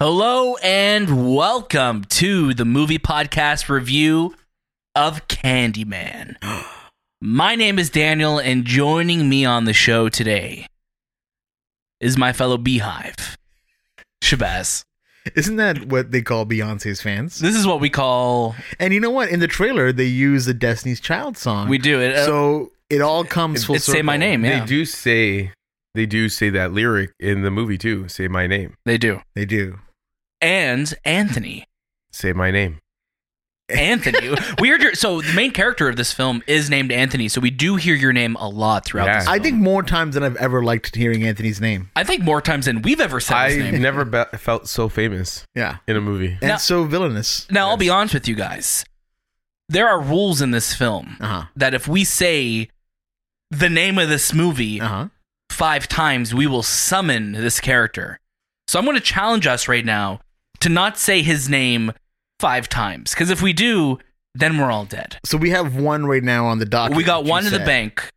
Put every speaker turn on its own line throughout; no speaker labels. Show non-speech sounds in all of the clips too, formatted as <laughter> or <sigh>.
Hello and welcome to the movie podcast review of
<gasps>
Candyman. My name is Daniel, and joining me on the show today is my fellow beehive, Shabazz.
Isn't that what they call Beyonce's fans?
This is what we call
And you know what? In the trailer, they use the Destiny's Child song.
we do it. uh,
so it all comes full
it's say my
circle.
name. Yeah,
They do say they do say that lyric in the movie too. Say my name.
They do.
They do.
And Anthony,
Say my name.
<laughs>
Anthony. we are so the main character of this film is named Anthony. So we do hear your name a lot throughout
Yeah.
this.
I
film.
think more times than I've ever liked hearing Anthony's name.
I think more times than we've ever said his
I
name.
<laughs> never be- felt so famous
Yeah.
in a movie.
And
Now-
so villainous.
Now I'll be honest with you guys. There are rules in this film
Uh huh.
that if we say the name of this movie
Uh huh.
five times, we will summon this character. So I'm going to challenge us right now to not say his name five times, because if we do, then we're all dead.
So we have one right now on the docket.
we got
that you
one in the
said.
bank,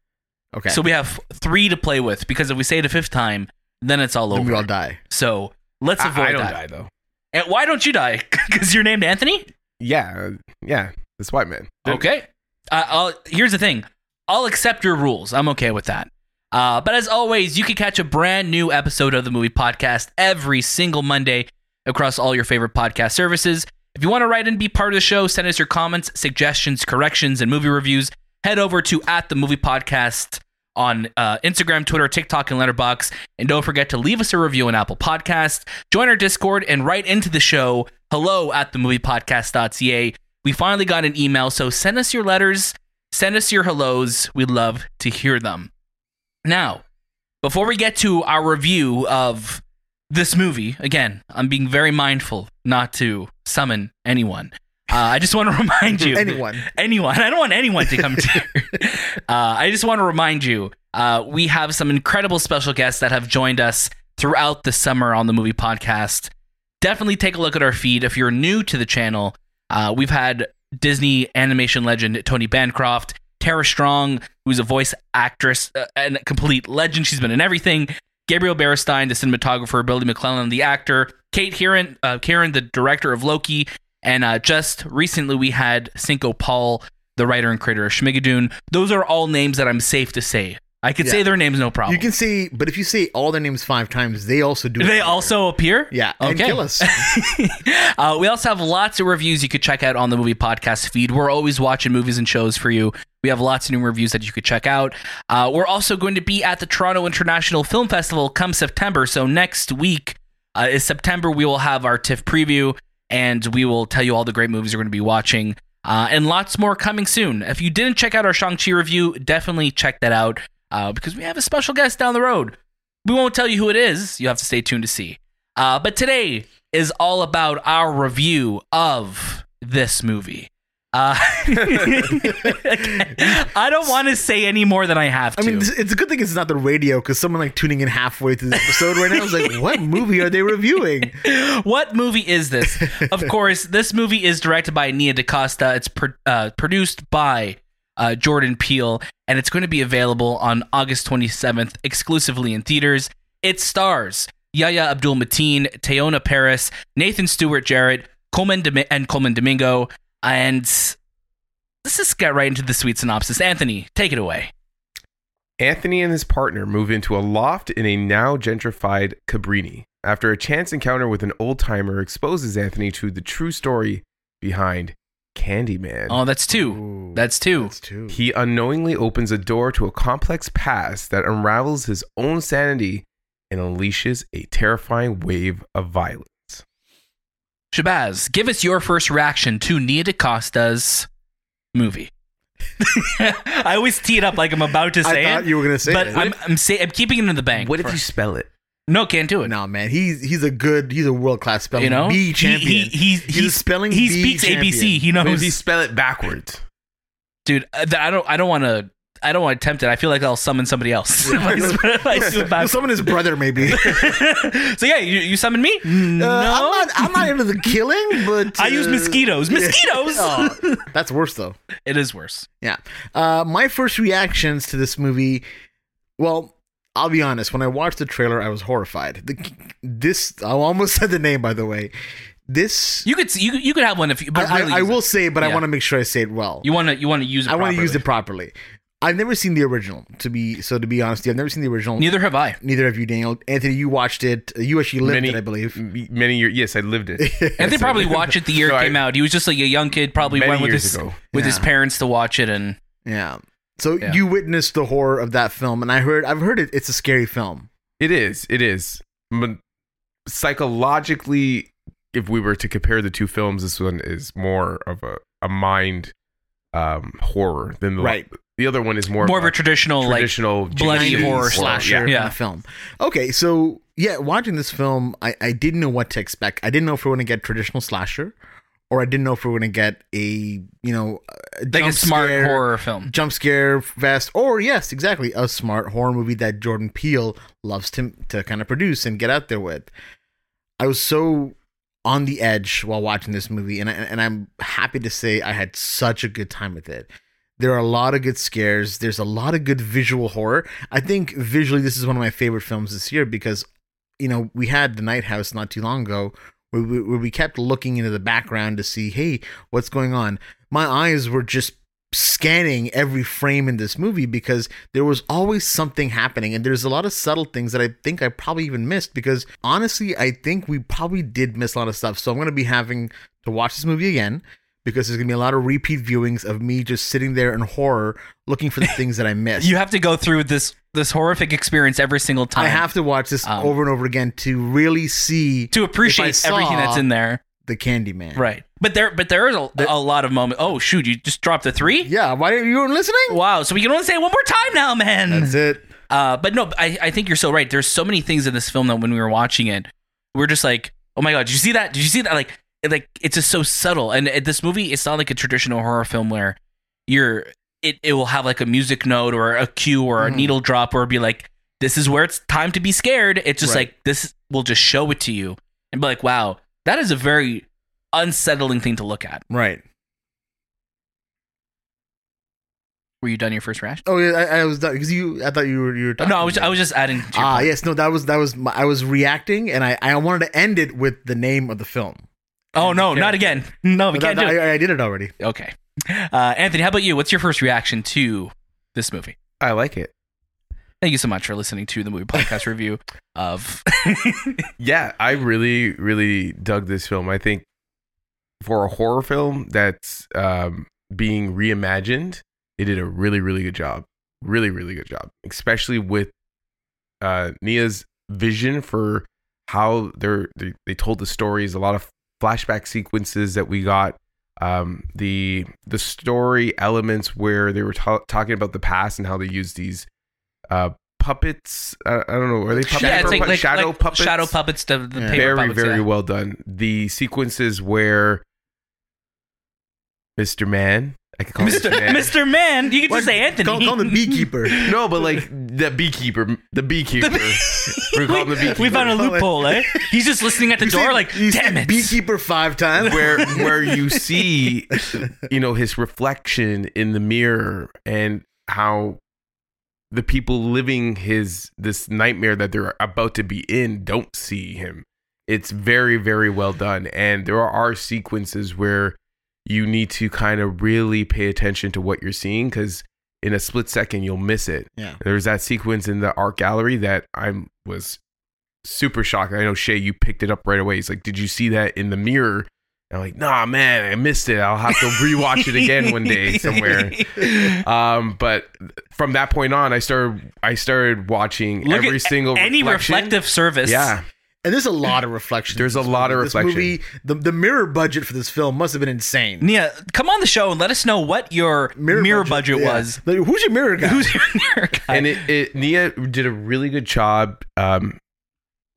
Okay.
so we have three to play with. Because if we say it a fifth time, then it's all
then
over.
we
<laughs>
all die.
So let's
I,
avoid
I don't
that.
die though.
And why don't you die? <laughs> Because you're named Anthony.
Yeah, uh, yeah. This white man.
Okay. Uh, I'll, here's the thing. I'll accept your rules. I'm okay with that. Uh, but as always, you can catch a brand new episode of the Movie Podcast every single Monday across all your favorite podcast services. If you want to write and be part of the show, send us your comments, suggestions, corrections, and movie reviews. Head over to at the Movie Podcast on uh, Instagram, Twitter, TikTok, and Letterbox. And don't forget to leave us a review on Apple Podcasts. Join our Discord and write into the show. Hello at the moviepodcast.ca. We finally got an email, so send us your letters, send us your hellos. We'd love to hear them. Now, before we get to our review of this movie, again, I'm being very mindful not to summon anyone. Uh, I just want to <laughs> remind you
<laughs> Anyone.
anyone. <laughs> I don't want anyone to come to. uh, I just want to remind you, uh, we have some incredible special guests that have joined us throughout the summer on the movie podcast. Definitely take a look at our feed if you're new to the channel. Uh, we've had Disney animation legend Tony Bancroft, Tara Strong, who's a voice actress uh, and a complete legend. She's been in everything. Gabriel Berestein, the cinematographer, Billy McClellan, the actor, Kate Kieran, uh, Kieran the director of Loki, and uh, just recently we had Cinco Paul, the writer and creator of Schmigadoon. Those are all names that I'm safe to say. I could say
Yeah.
their names no problem.
You can say, but if you say all their names five times, they also do. it
they
later.
also appear?
Yeah. And
<laughs>
kill us.
uh, we also have lots of reviews you could check out on the movie podcast feed. We're always watching movies and shows for you. We have lots of new reviews that you could check out. Uh, we're also going to be at the Toronto International Film Festival come September. So next week uh, is September. We will have our TIFF preview and we will tell you all the great movies we're going to be watching. Uh, and lots more coming soon. If you didn't check out our Shang-Chi review, definitely check that out uh, because we have a special guest down the road. We won't tell you who it is. You have to stay tuned to see. Uh, but today is all about our review of this movie.
<laughs>
Uh, <laughs> I don't want to say any more than I have to.
I mean, it's a good thing it's not the radio because someone like tuning in halfway through this episode right now is
<laughs>
like, what movie are they reviewing?
what movie is this? Of course, this movie is directed by Nia DaCosta. It's pro- uh, produced by uh, Jordan Peele, and it's going to be available on August 27th exclusively in theaters. It stars Yahya Abdul Mateen, Teona Paris, Nathan Stewart Jarrett, Coleman Domi- and Coleman Domingo. And let's just get right into the sweet synopsis. Anthony, take it away.
Anthony and his partner move into a loft in a now gentrified Cabrini. After a chance encounter with an old timer exposes Anthony to the true story behind Candyman.
Oh, that's two.
Ooh,
That's two.
That's two.
He unknowingly opens a door to a complex past that unravels his own sanity and unleashes a terrifying wave of violence.
Shabazz, give us your first reaction to Nia DaCosta's movie. <laughs> I always tee it up like I'm about to
I
say
thought
it,
you were gonna say
but
it.
I'm I'm, say, I'm keeping it in the bank.
What if
for-
you spell it?
No, can't do it.
no, man, he's he's a good, he's a world class spelling
you know,
bee champion.
He, he, he,
He's
he-
a spelling
He
bee
speaks ABC.
champion.
He
What if
knows,
you spell it backwards?
dude. uh, that- I don't. I don't want to. I don't want to attempt it. I feel like I'll summon somebody else. <laughs> If I- if I do it
<laughs>
back-
Someone his
<laughs>
brother maybe. Uh,
so yeah, you, you summon me? no,
I'm not. I'm not into the killing, but
I use
uh,
mosquitoes.
<laughs> yeah.
Mosquitoes.
Oh, that's worse though.
it is worse.
Yeah. Uh, my first reactions to this movie, well, I'll be honest. When I watched the trailer, I was horrified. The, this I almost <laughs> said the name, by the way. This
You could you, you could have one if you. But
I,
really
I, I
use it.
will say, it, but I
Yeah.
want to make sure I say it well.
You want to you want to use it.
I want to use
properly.
it properly. I've never seen the original. To be so, to be honest, with you, I've never seen the original.
Neither have I.
Neither have you, Daniel. Anthony, you watched it. You actually lived
Many-
it, I <laughs> believe.
M- Many years. Yes, I
<laughs>
lived it.
And they probably watched it the year
So
it
I-
came out. He was just like a young kid, probably
Many
went with
years
his
ago.
with his
Yeah.
parents to watch it, and
Yeah. So
Yeah.
you witnessed the horror of that film, and I heard I've heard it. It's a scary film.
It is. It is. But psychologically, if we were to compare the two films, this one is more of a, a mind um, horror than the
Right.
The other one is more,
more of
of
a traditional, like
traditional
bloody
90s
Jason
horror
slasher
yeah.
kind
Yeah.
of film. Okay, so yeah, watching this film, I, I didn't know what to expect. I didn't know if we were going to get traditional slasher, or I didn't know if we were going to get a you know a
like a
jump
smart
scare-
horror film.
jump scare fest, or yes, exactly a smart horror movie that Jordan Peele loves to to kind of produce and get out there with. I was so on the edge while watching this movie, and I, and I'm happy to say I had such a good time with it. There are a lot of good scares. There's a lot of good visual horror. I think visually, this is one of my favorite films this year because, you know, we had The Night House not too long ago where we, where we kept looking into the background to see, hey, what's going on? My eyes were just scanning every frame in this movie because there was always something happening and there's a lot of subtle things that I think I probably even missed because honestly I think we probably did miss a lot of stuff so I'm going to be having to watch this movie again because there's going to be a lot of repeat viewings of me just sitting there in horror looking
<laughs>
for the things that I missed.
You have to go through this this horrific experience every single time.
I have to watch this
Um,
over and over again to really see
to appreciate
saw-
everything that's in there,
the Candyman.
right? But there, but there is a, a lot of moments. Oh shoot! You just dropped the three.
Yeah, why are you weren't listening?
Wow. So we can only say it one more time now, man.
That's it.
Uh, but no, I, I think you're so right. There's so many things in this film that when we were watching it, we are just like, oh my god, did you see that? Did you see that? Like, it- like it's just so subtle. And uh, this movie, it's not like a traditional horror film where you're it, it will have like a music note or a cue or a
Mhm.
needle drop or be like, this is where it's time to be scared. It's just
Right.
like this will just show it to you and be like, wow, that is a very unsettling thing to look at.
Right.
Were you done your first rash?
Oh yeah, I, I was because you. I thought you were you were talking.
No, I was
about
I was just adding. To your
Ah,
point.
yes, no, that was that was my, I was reacting, and I I wanted to end it with the name of the film.
Oh no, not again. No, we
But that-
can't do it.
I, I did it already.
Okay. Uh, Anthony, how about you? What's your first reaction to this movie?
I like it.
Thank you so much for listening to the movie podcast
<laughs>
review of.
Yeah, I really, really dug this film. I think for a horror film that's um, being reimagined, it did a really, really good job. Really, really good job, especially with uh, Nia's vision for how they're, they they told the stories. A lot of flashback sequences that we got. Um, the the story elements where they were ta- talking about the past and how they used these uh, puppets. I, I don't know. Are they puppet-
yeah, it's like,
puppet-
like
shadow
like
puppets?
Shadow puppets. The, the
Yeah.
paper
very
puppets,
very
yeah.
well done the sequences where mr man i could call him
Mr.
mr man
Mr. Man, you can
Why-
just say Anthony.
Call, call
<laughs>
the beekeeper.
no but like the beekeeper the beekeeper we call him the
<laughs>
beekeeper
we found a
Call it-
loophole, eh? He's just listening at the
You
door,
said-
like,
you said
damn it.
beekeeper five times. <laughs>
where where you see you know his reflection in the mirror and how the people living his this nightmare that they're about to be in don't see him it's very very well done and there are sequences where you need to kind of really pay attention to what you're seeing because in a split second you'll miss it
Yeah.
there's that sequence in the art gallery that i was super shocked i know shay you picked it up right away he's like did you see that in the mirror and i'm like nah man i missed it i'll have to rewatch it again
<laughs>
one day somewhere um but from that point on i started i started watching
Look
every
at
single
Any
reflection.
reflective service.
yeah
and there's a lot of reflection.
There's
in
a
this
lot
movie.
of
This
reflection.
movie, the the mirror budget for this film must have been insane.
Nia, come on the show and let us know what your mirror, budget,
yeah.
was.
Like, who's your mirror
<laughs>
guy?
Who's your mirror guy?
and it, it Nia did a really good job um,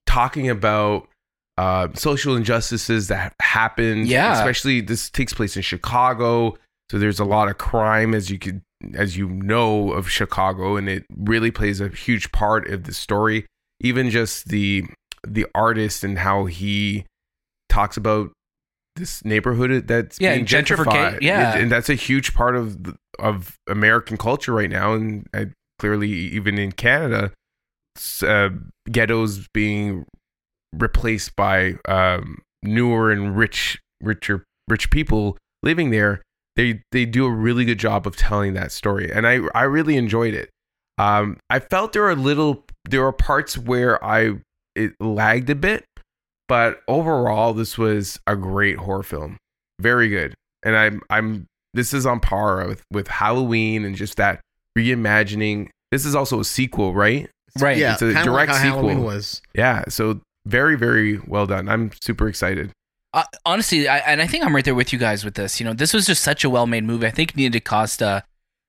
talking about uh, social injustices that have happened.
Yeah.
especially this takes place in Chicago, so there's a lot of crime as you could as you know of Chicago, and it really plays a huge part of the story. Even just the the artist and how he talks about this neighborhood that's
Yeah,
being
gentrifica-
gentrified.
yeah.
and that's a huge part of the, of American culture right now, and I, clearly even in Canada. s- uh, ghettos being replaced by um, newer and rich, richer, rich people living there. They they do a really good job of telling that story, and I I really enjoyed it. Um, I felt there are little there are parts where I it lagged a bit, but overall this was a great horror film, very good, and I'm I'm this is on par with with Halloween and just that reimagining. This is also a sequel, right?
Right.
Yeah,
It's a
kinda
direct
like how Halloween
sequel.
was.
Yeah, so very, very well done. I'm super excited.
Uh, honestly, I, and I think I'm right there with you guys with this. You know, this was just such a well-made movie. I think Nina DaCosta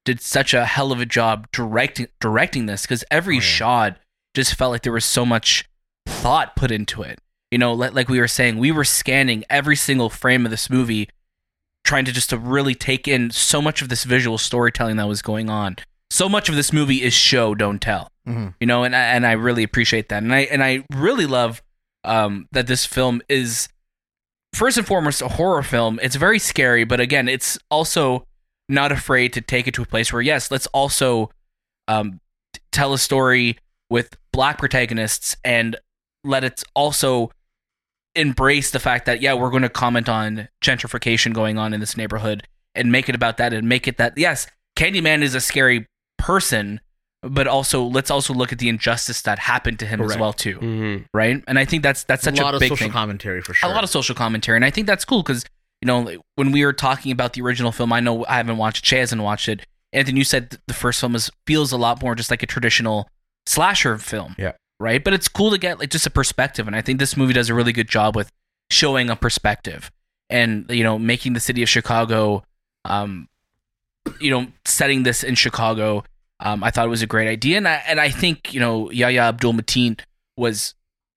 did such a hell of a job directing directing this because every
Oh, yeah.
shot just felt like there was so much thought put into it. You know, like, like we were saying, we were scanning every single frame of this movie, trying to just to really take in so much of this visual storytelling that was going on. So much of this movie is show, don't tell
Mhm.
you know, and I, and I really appreciate that, and I and I really love um, that this film is first and foremost a horror film. It's very scary, but again, it's also not afraid to take it to a place where yes, let's also um, t- tell a story with black protagonists and let it also embrace the fact that yeah, we're going to comment on gentrification going on in this neighborhood and make it about that and make it that yes, Candyman is a scary person, but also let's also look at the injustice that happened to him as
Correct.
well too,
Mm-hmm.
right? And I think that's that's such
a lot
a
of
big
social
thing
commentary for sure.
a lot of social commentary, and I think that's cool because you know like, when we were talking about the original film, I know I haven't watched, Che hasn't watched it. Anthony, you said th- the first film is feels a lot more just like a traditional slasher film,
Yeah.
right? But it's cool to get like just a perspective, and I think this movie does a really good job with showing a perspective and you know making the city of Chicago, um, you know, setting this in Chicago. Um, I thought it was a great idea, and I and I think you know Yahya Abdul Mateen was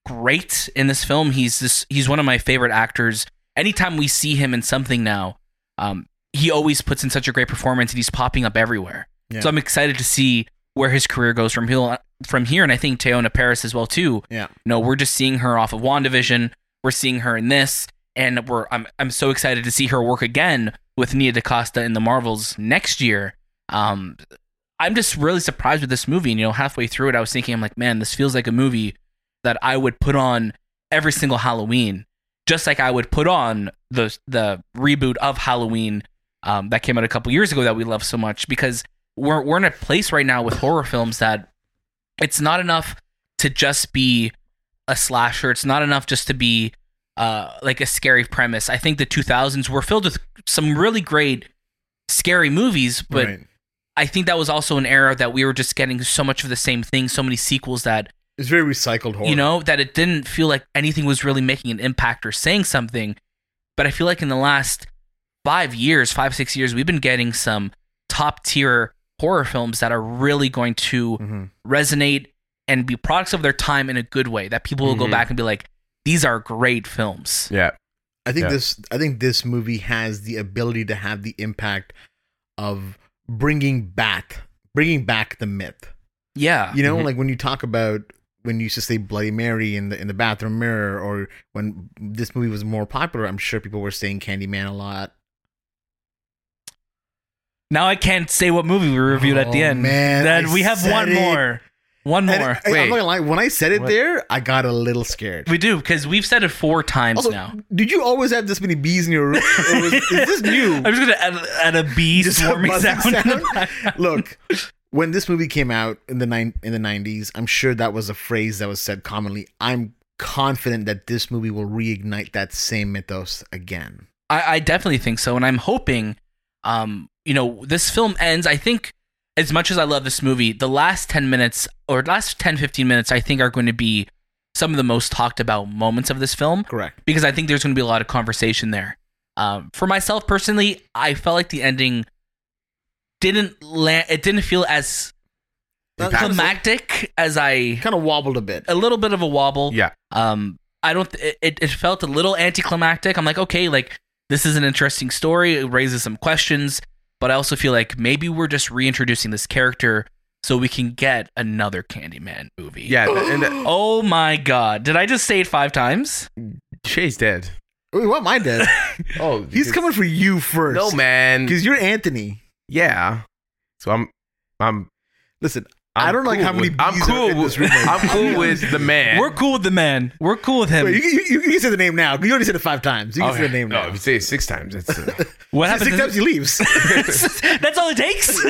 great in this film. He's this he's one of my favorite actors. Anytime we see him in something now, um, he always puts in such a great performance, and he's popping up everywhere.
Yeah.
So I'm excited to see where his career goes from here. From here, and I think Teona Paris as well too.
Yeah.
you know, we're just seeing her off of Wandavision. We're seeing her in this, and we're I'm I'm so excited to see her work again with Nia DaCosta in the Marvels next year. Um, I'm just really surprised with this movie. And, you know, halfway through it, I was thinking, I'm like, man, this feels like a movie that I would put on every single Halloween, just like I would put on the the reboot of Halloween um, that came out a couple years ago that we love so much. Because we're we're in a place right now with horror films that it's not enough to just be a slasher. It's not enough just to be uh, like a scary premise. I think the 2000s were filled with some really great scary movies, but
Right.
I think that was also an era that we were just getting so much of the same thing, so many sequels that
it's very recycled horror.
you know that it didn't feel like anything was really making an impact or saying something. But I feel like in the last five years, five six years, we've been getting some top tier horror films that are really going to
Mhm.
resonate and be products of their time in a good way that people will go
Mhm.
back and be like, these are great films.
Yeah.
I think
Yeah.
this. I think this movie has the ability to have the impact of bringing back, bringing back the myth.
Yeah,
You know,
Mhm.
like when you talk about when you used to say Bloody Mary in the in the bathroom mirror, or when this movie was more popular. I'm sure people were saying Candyman a lot.
now I can't say what movie we reviewed at the
Oh,
end.
man,
then
I
we have
said
one
it.
more, one
And
more.
I,
Wait.
am not gonna lie. When I said it
What?
there, I got a little scared.
We do because we've said it four times
Also,
now.
did you always have this many bees in your room? Or was- is
<laughs>
this new?
I'm just gonna add, add a bee
Just a
swarming
buzzing
sound.
sound? Look, when this movie came out in the nine in the nineties, I'm sure that was a phrase that was said commonly. I'm confident that this movie will reignite that same mythos again.
<laughs> I, I definitely think so, and I'm hoping, um, you know, this film ends. I think as much as I love this movie, the last ten minutes or last 10, 15 minutes, I think are going to be some of the most talked about moments of this film
Correct.
because I think there's going to be a lot of conversation there. Um, for myself personally, I felt like the ending didn't land. It didn't feel as climactic as I
Kind of wobbled a bit.
a little bit of a wobble.
Yeah.
Um, I don't. It, it- it felt a little anticlimactic. I'm like, okay, like this is an interesting story. It raises some questions, but I also feel like maybe we're just reintroducing this character so we can get another Candyman movie.
Yeah. th-
<gasps>
and uh,
Oh my God! Did I just say it five times?
Shay's dead.
Wait, what? My
<laughs>
dad.
Oh,
He's coming for you first.
No, man.
because you're Anthony.
Yeah. So I'm, I'm,
Listen, I
I'm
don't like
cool
how many
with- I'm
bees are
cool.
in
with,
this room right
I'm
now.
cool with the man.
We're cool with the man. We're cool with him.
Wait, you, you, you can say the name now. You already said it five times. You can
um, Oh,
say the name
no,
now.
if you say it six times, that's uh,
what happens?
Six times he leaves.
<laughs>
<laughs> That's all it takes.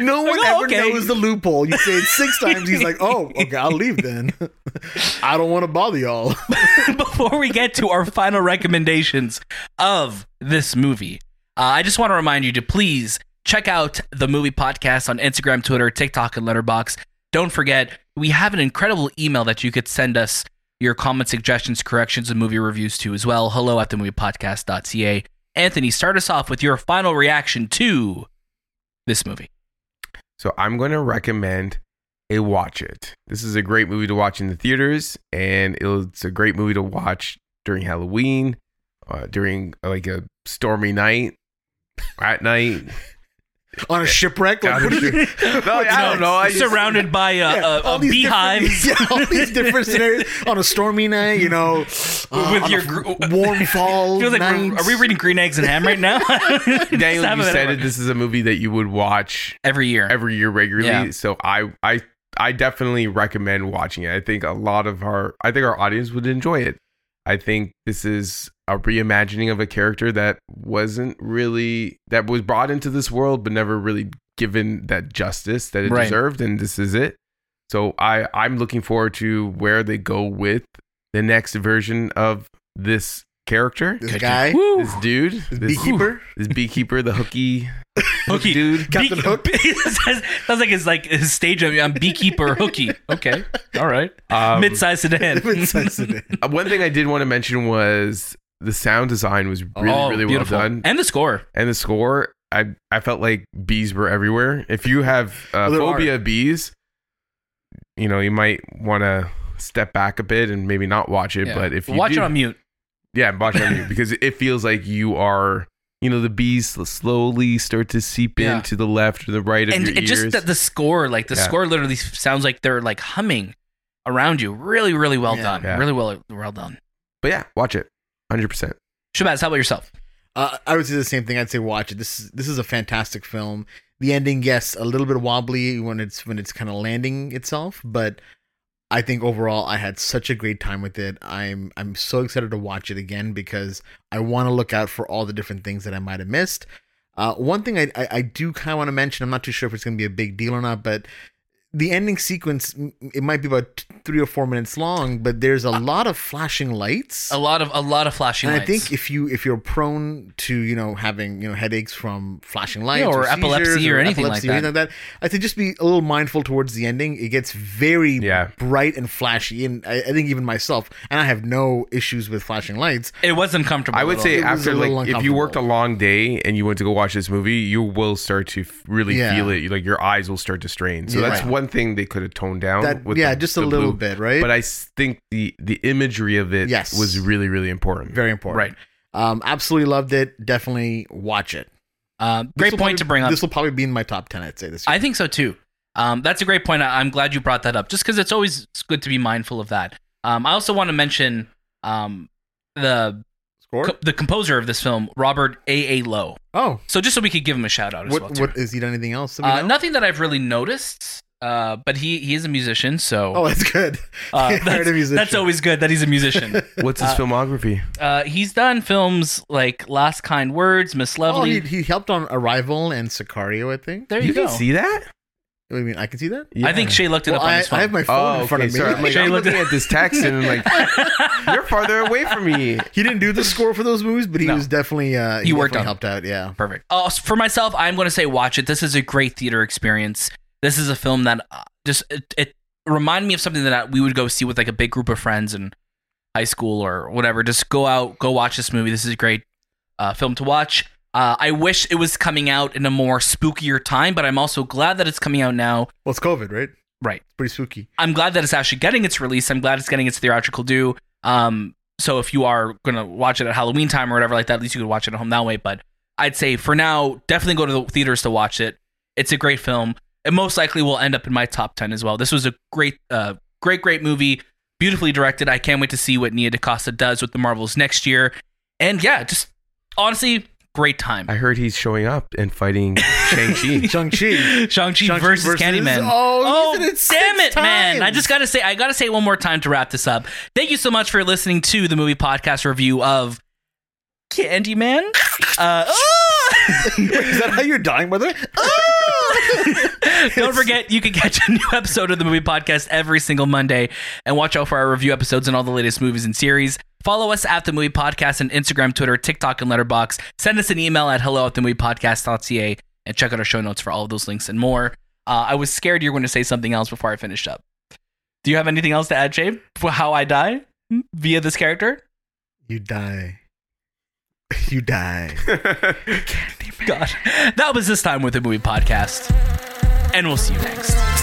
No one
Like, oh,
ever
okay.
knows the loophole. You say it six times, he's like, "Oh, okay, I'll leave then. <laughs> I don't want to bother y'all." <laughs>
<laughs> Before we get to our final recommendations of this movie, uh, I just want to remind you to please check out the movie podcast on Instagram, Twitter, TikTok, and Letterbox. Don't forget, we have an incredible email that you could send us your comments, suggestions, corrections, and movie reviews to as well. Hello at the moviepodcast.ca. Anthony, start us off with your final reaction to this movie.
So I'm going to recommend a watch it. This is a great movie to watch in the theaters, and it'll- it's a great movie to watch during Halloween, uh, during uh, like a stormy night, at night.
On a shipwreck, like,
Out
what
of
are
ship-
you-
No,
what's
I don't
next?
know. I just-
Surrounded by uh,
Yeah,
uh, uh,
all these different-
beehives.
<laughs> Yeah, all these
<laughs>
different scenarios on a stormy night, you know, uh,
With
on a
your
f-
gr-
warm fall
<laughs> Feels like
night.
we're, are we reading Green Eggs and Ham right now? Just
<laughs> Daniel,
have
you
it
said
everywhere.
it. This is a movie that you would watch
every year.
every year regularly.
Yeah.
So I, I, I definitely recommend watching it. I think a lot of our, I think our audience would enjoy it. I think this is a reimagining of a character that wasn't really that was brought into this world but never really given that justice that it
Right.
deserved, and this is it. So I, I'm looking forward to where they go with the next version of this character.
This guy,
Woo.
This dude,
this
this
beekeeper,
<laughs> this beekeeper, the hooky,
Hooky.
dude,
Captain
Bee- <laughs>
Hook.
sounds sounds like his like his stage name. I'm beekeeper hooky. Okay, all right. <laughs>
um,
Mid-sized
<laughs>
sedan.
<laughs> Insensitive.
Uh, One thing I did want to mention was the sound design was really,
Oh,
really
beautiful.
well done,
And the score.
and the score. I I felt like bees were everywhere. If you have uh,
Well, there are.
phobia of bees, you know you might want to step back a bit and maybe not watch it.
Yeah.
But if you
watch
do,
it on mute,
yeah, watch it
<laughs>
on mute because it feels like you are. You know the bees sl- slowly start to seep
Yeah.
in to the left or the right of
and,
your
and
ears.
just that the score, like the
Yeah.
score, literally sounds like they're like humming around you. Really, really well
Yeah.
done.
Yeah.
Really well, well done.
but yeah, watch it, hundred percent.
Shabazz, how about yourself?
Uh, I would say the same thing. I'd say watch it. This is this is a fantastic film. The ending, yes, a little bit wobbly when it's when it's kind of landing itself, but I think overall I had such a great time with it. I'm I'm so excited to watch it again because I want to look out for all the different things that I might have missed. Uh, one thing I I, I do kind of want to mention. I'm not too sure if it's going to be a big deal or not, but the ending sequence m- it might be about t- three or four minutes long, but there's a lot of flashing lights
A lot of a lot of flashing
and
lights.
I think if you if you're prone to you know having you know headaches from flashing lights
or
seizures
epilepsy or anything like
or anything like that, I think just be a little mindful towards the ending. It gets very
Yeah.
bright and flashy, and I, I think even myself, and I have no issues with flashing lights.
it was uncomfortable.
I
at
would
all.
say
It was
after
a little
like if you worked a
uncomfortable.
long day and you went to go watch this movie, you will start to f- really
Yeah.
feel it. Like your eyes will start to strain. So
Yeah.
that's
Right.
one thing they could have toned
Oh,
down.
That yeah,
the-
just a
the
little
blue.
bit, right?
But I s- think the the imagery of it
Yes.
was really really important.
very important,
right.
Um, absolutely loved it. Definitely watch it.
Um, great
This
point
will probably-
to bring up.
This will probably be in my top ten. I'd say this. Year.
I think so too. Um, that's a great point. I, I'm glad you brought that up, just because it's always it's good to be mindful of that. Um, I also want to mention um, the
Score?
co- the composer of this film, Robert A. A. Lowe.
oh,
So just so we could give him a shout out as well.
what
Too.
what has he done? Anything else? that we
Uh,
know?
nothing that I've really noticed, uh, but he he is a musician, so
Oh, that's good.
uh,
<laughs> Heard a
that's,
musician.
that's
<laughs>
always good that he's a musician.
What's his
Uh,
filmography?
uh, he's done films like Last Kind Words, Miss
Oh,
Lovely.
he, he helped on Arrival and Sicario, I think.
there you,
can
go.
see that.
I mean, I can see that.
I think Shay looked it
Well,
up on
I,
his phone.
I have my phone
Oh,
in front
okay.
of me.
Sorry, I'm, like,
Shay
I'm
looked
looking at this text and like <laughs> you're farther away from me.
<laughs> <laughs> he
<laughs>
didn't do the score for those movies, but he
No.
was definitely uh, he,
He worked
definitely helped out. Yeah,
Perfect. Oh, s- for myself, I'm going to say watch it. This is a great theater experience. This is a film that uh, just it, it reminded me of something that I- we would go see with like a big group of friends in high school or whatever. Just go out, go watch this movie. This is a great uh, film to watch. Uh, I wish it was coming out in a more spookier time, but I'm also glad that it's coming out now.
well, it's COVID, right?
Right.
It's pretty spooky.
I'm glad that it's actually getting its release. I'm glad it's getting its theatrical due. Um, so if you are gonna watch it at Halloween time or whatever like that, at least you could watch it at home that way. But I'd say for now, definitely go to the theaters to watch it. It's a great film. It most likely will end up in my top ten as well. This was a great, uh, great, great movie. Beautifully directed. I can't wait to see what Nia DaCosta does with the Marvels next year. And yeah, just honestly, great time.
I heard he's showing up and fighting
<laughs>
Shang-Chi.
Shang-Chi.
Shang-Chi,
Shang-Chi
versus,
versus-
Candyman.
Oh, he's in it
damn
six
it, man. I
times.
just got to say, I got to say it one more time to wrap this up. Thank you so much for listening to the movie podcast review of Candyman. Uh, oh!
<laughs>
<laughs>
Is that how you're dying, by the way?
Don't forget, you can catch a new episode of the movie podcast every single Monday and watch out for our review episodes and all the latest movies and series. Follow us at the movie podcast on Instagram, Twitter, TikTok, and Letterbox. Send us an email at hello at the movie podcast.ca and check out our show notes for all of those links and more. Uh, I was scared you were going to say something else before I finished up. Do you have anything else to add, Shape, for how I die via this character?
You die. <laughs> You die.
<laughs>
God, that was this time with the movie podcast, and we'll see you next.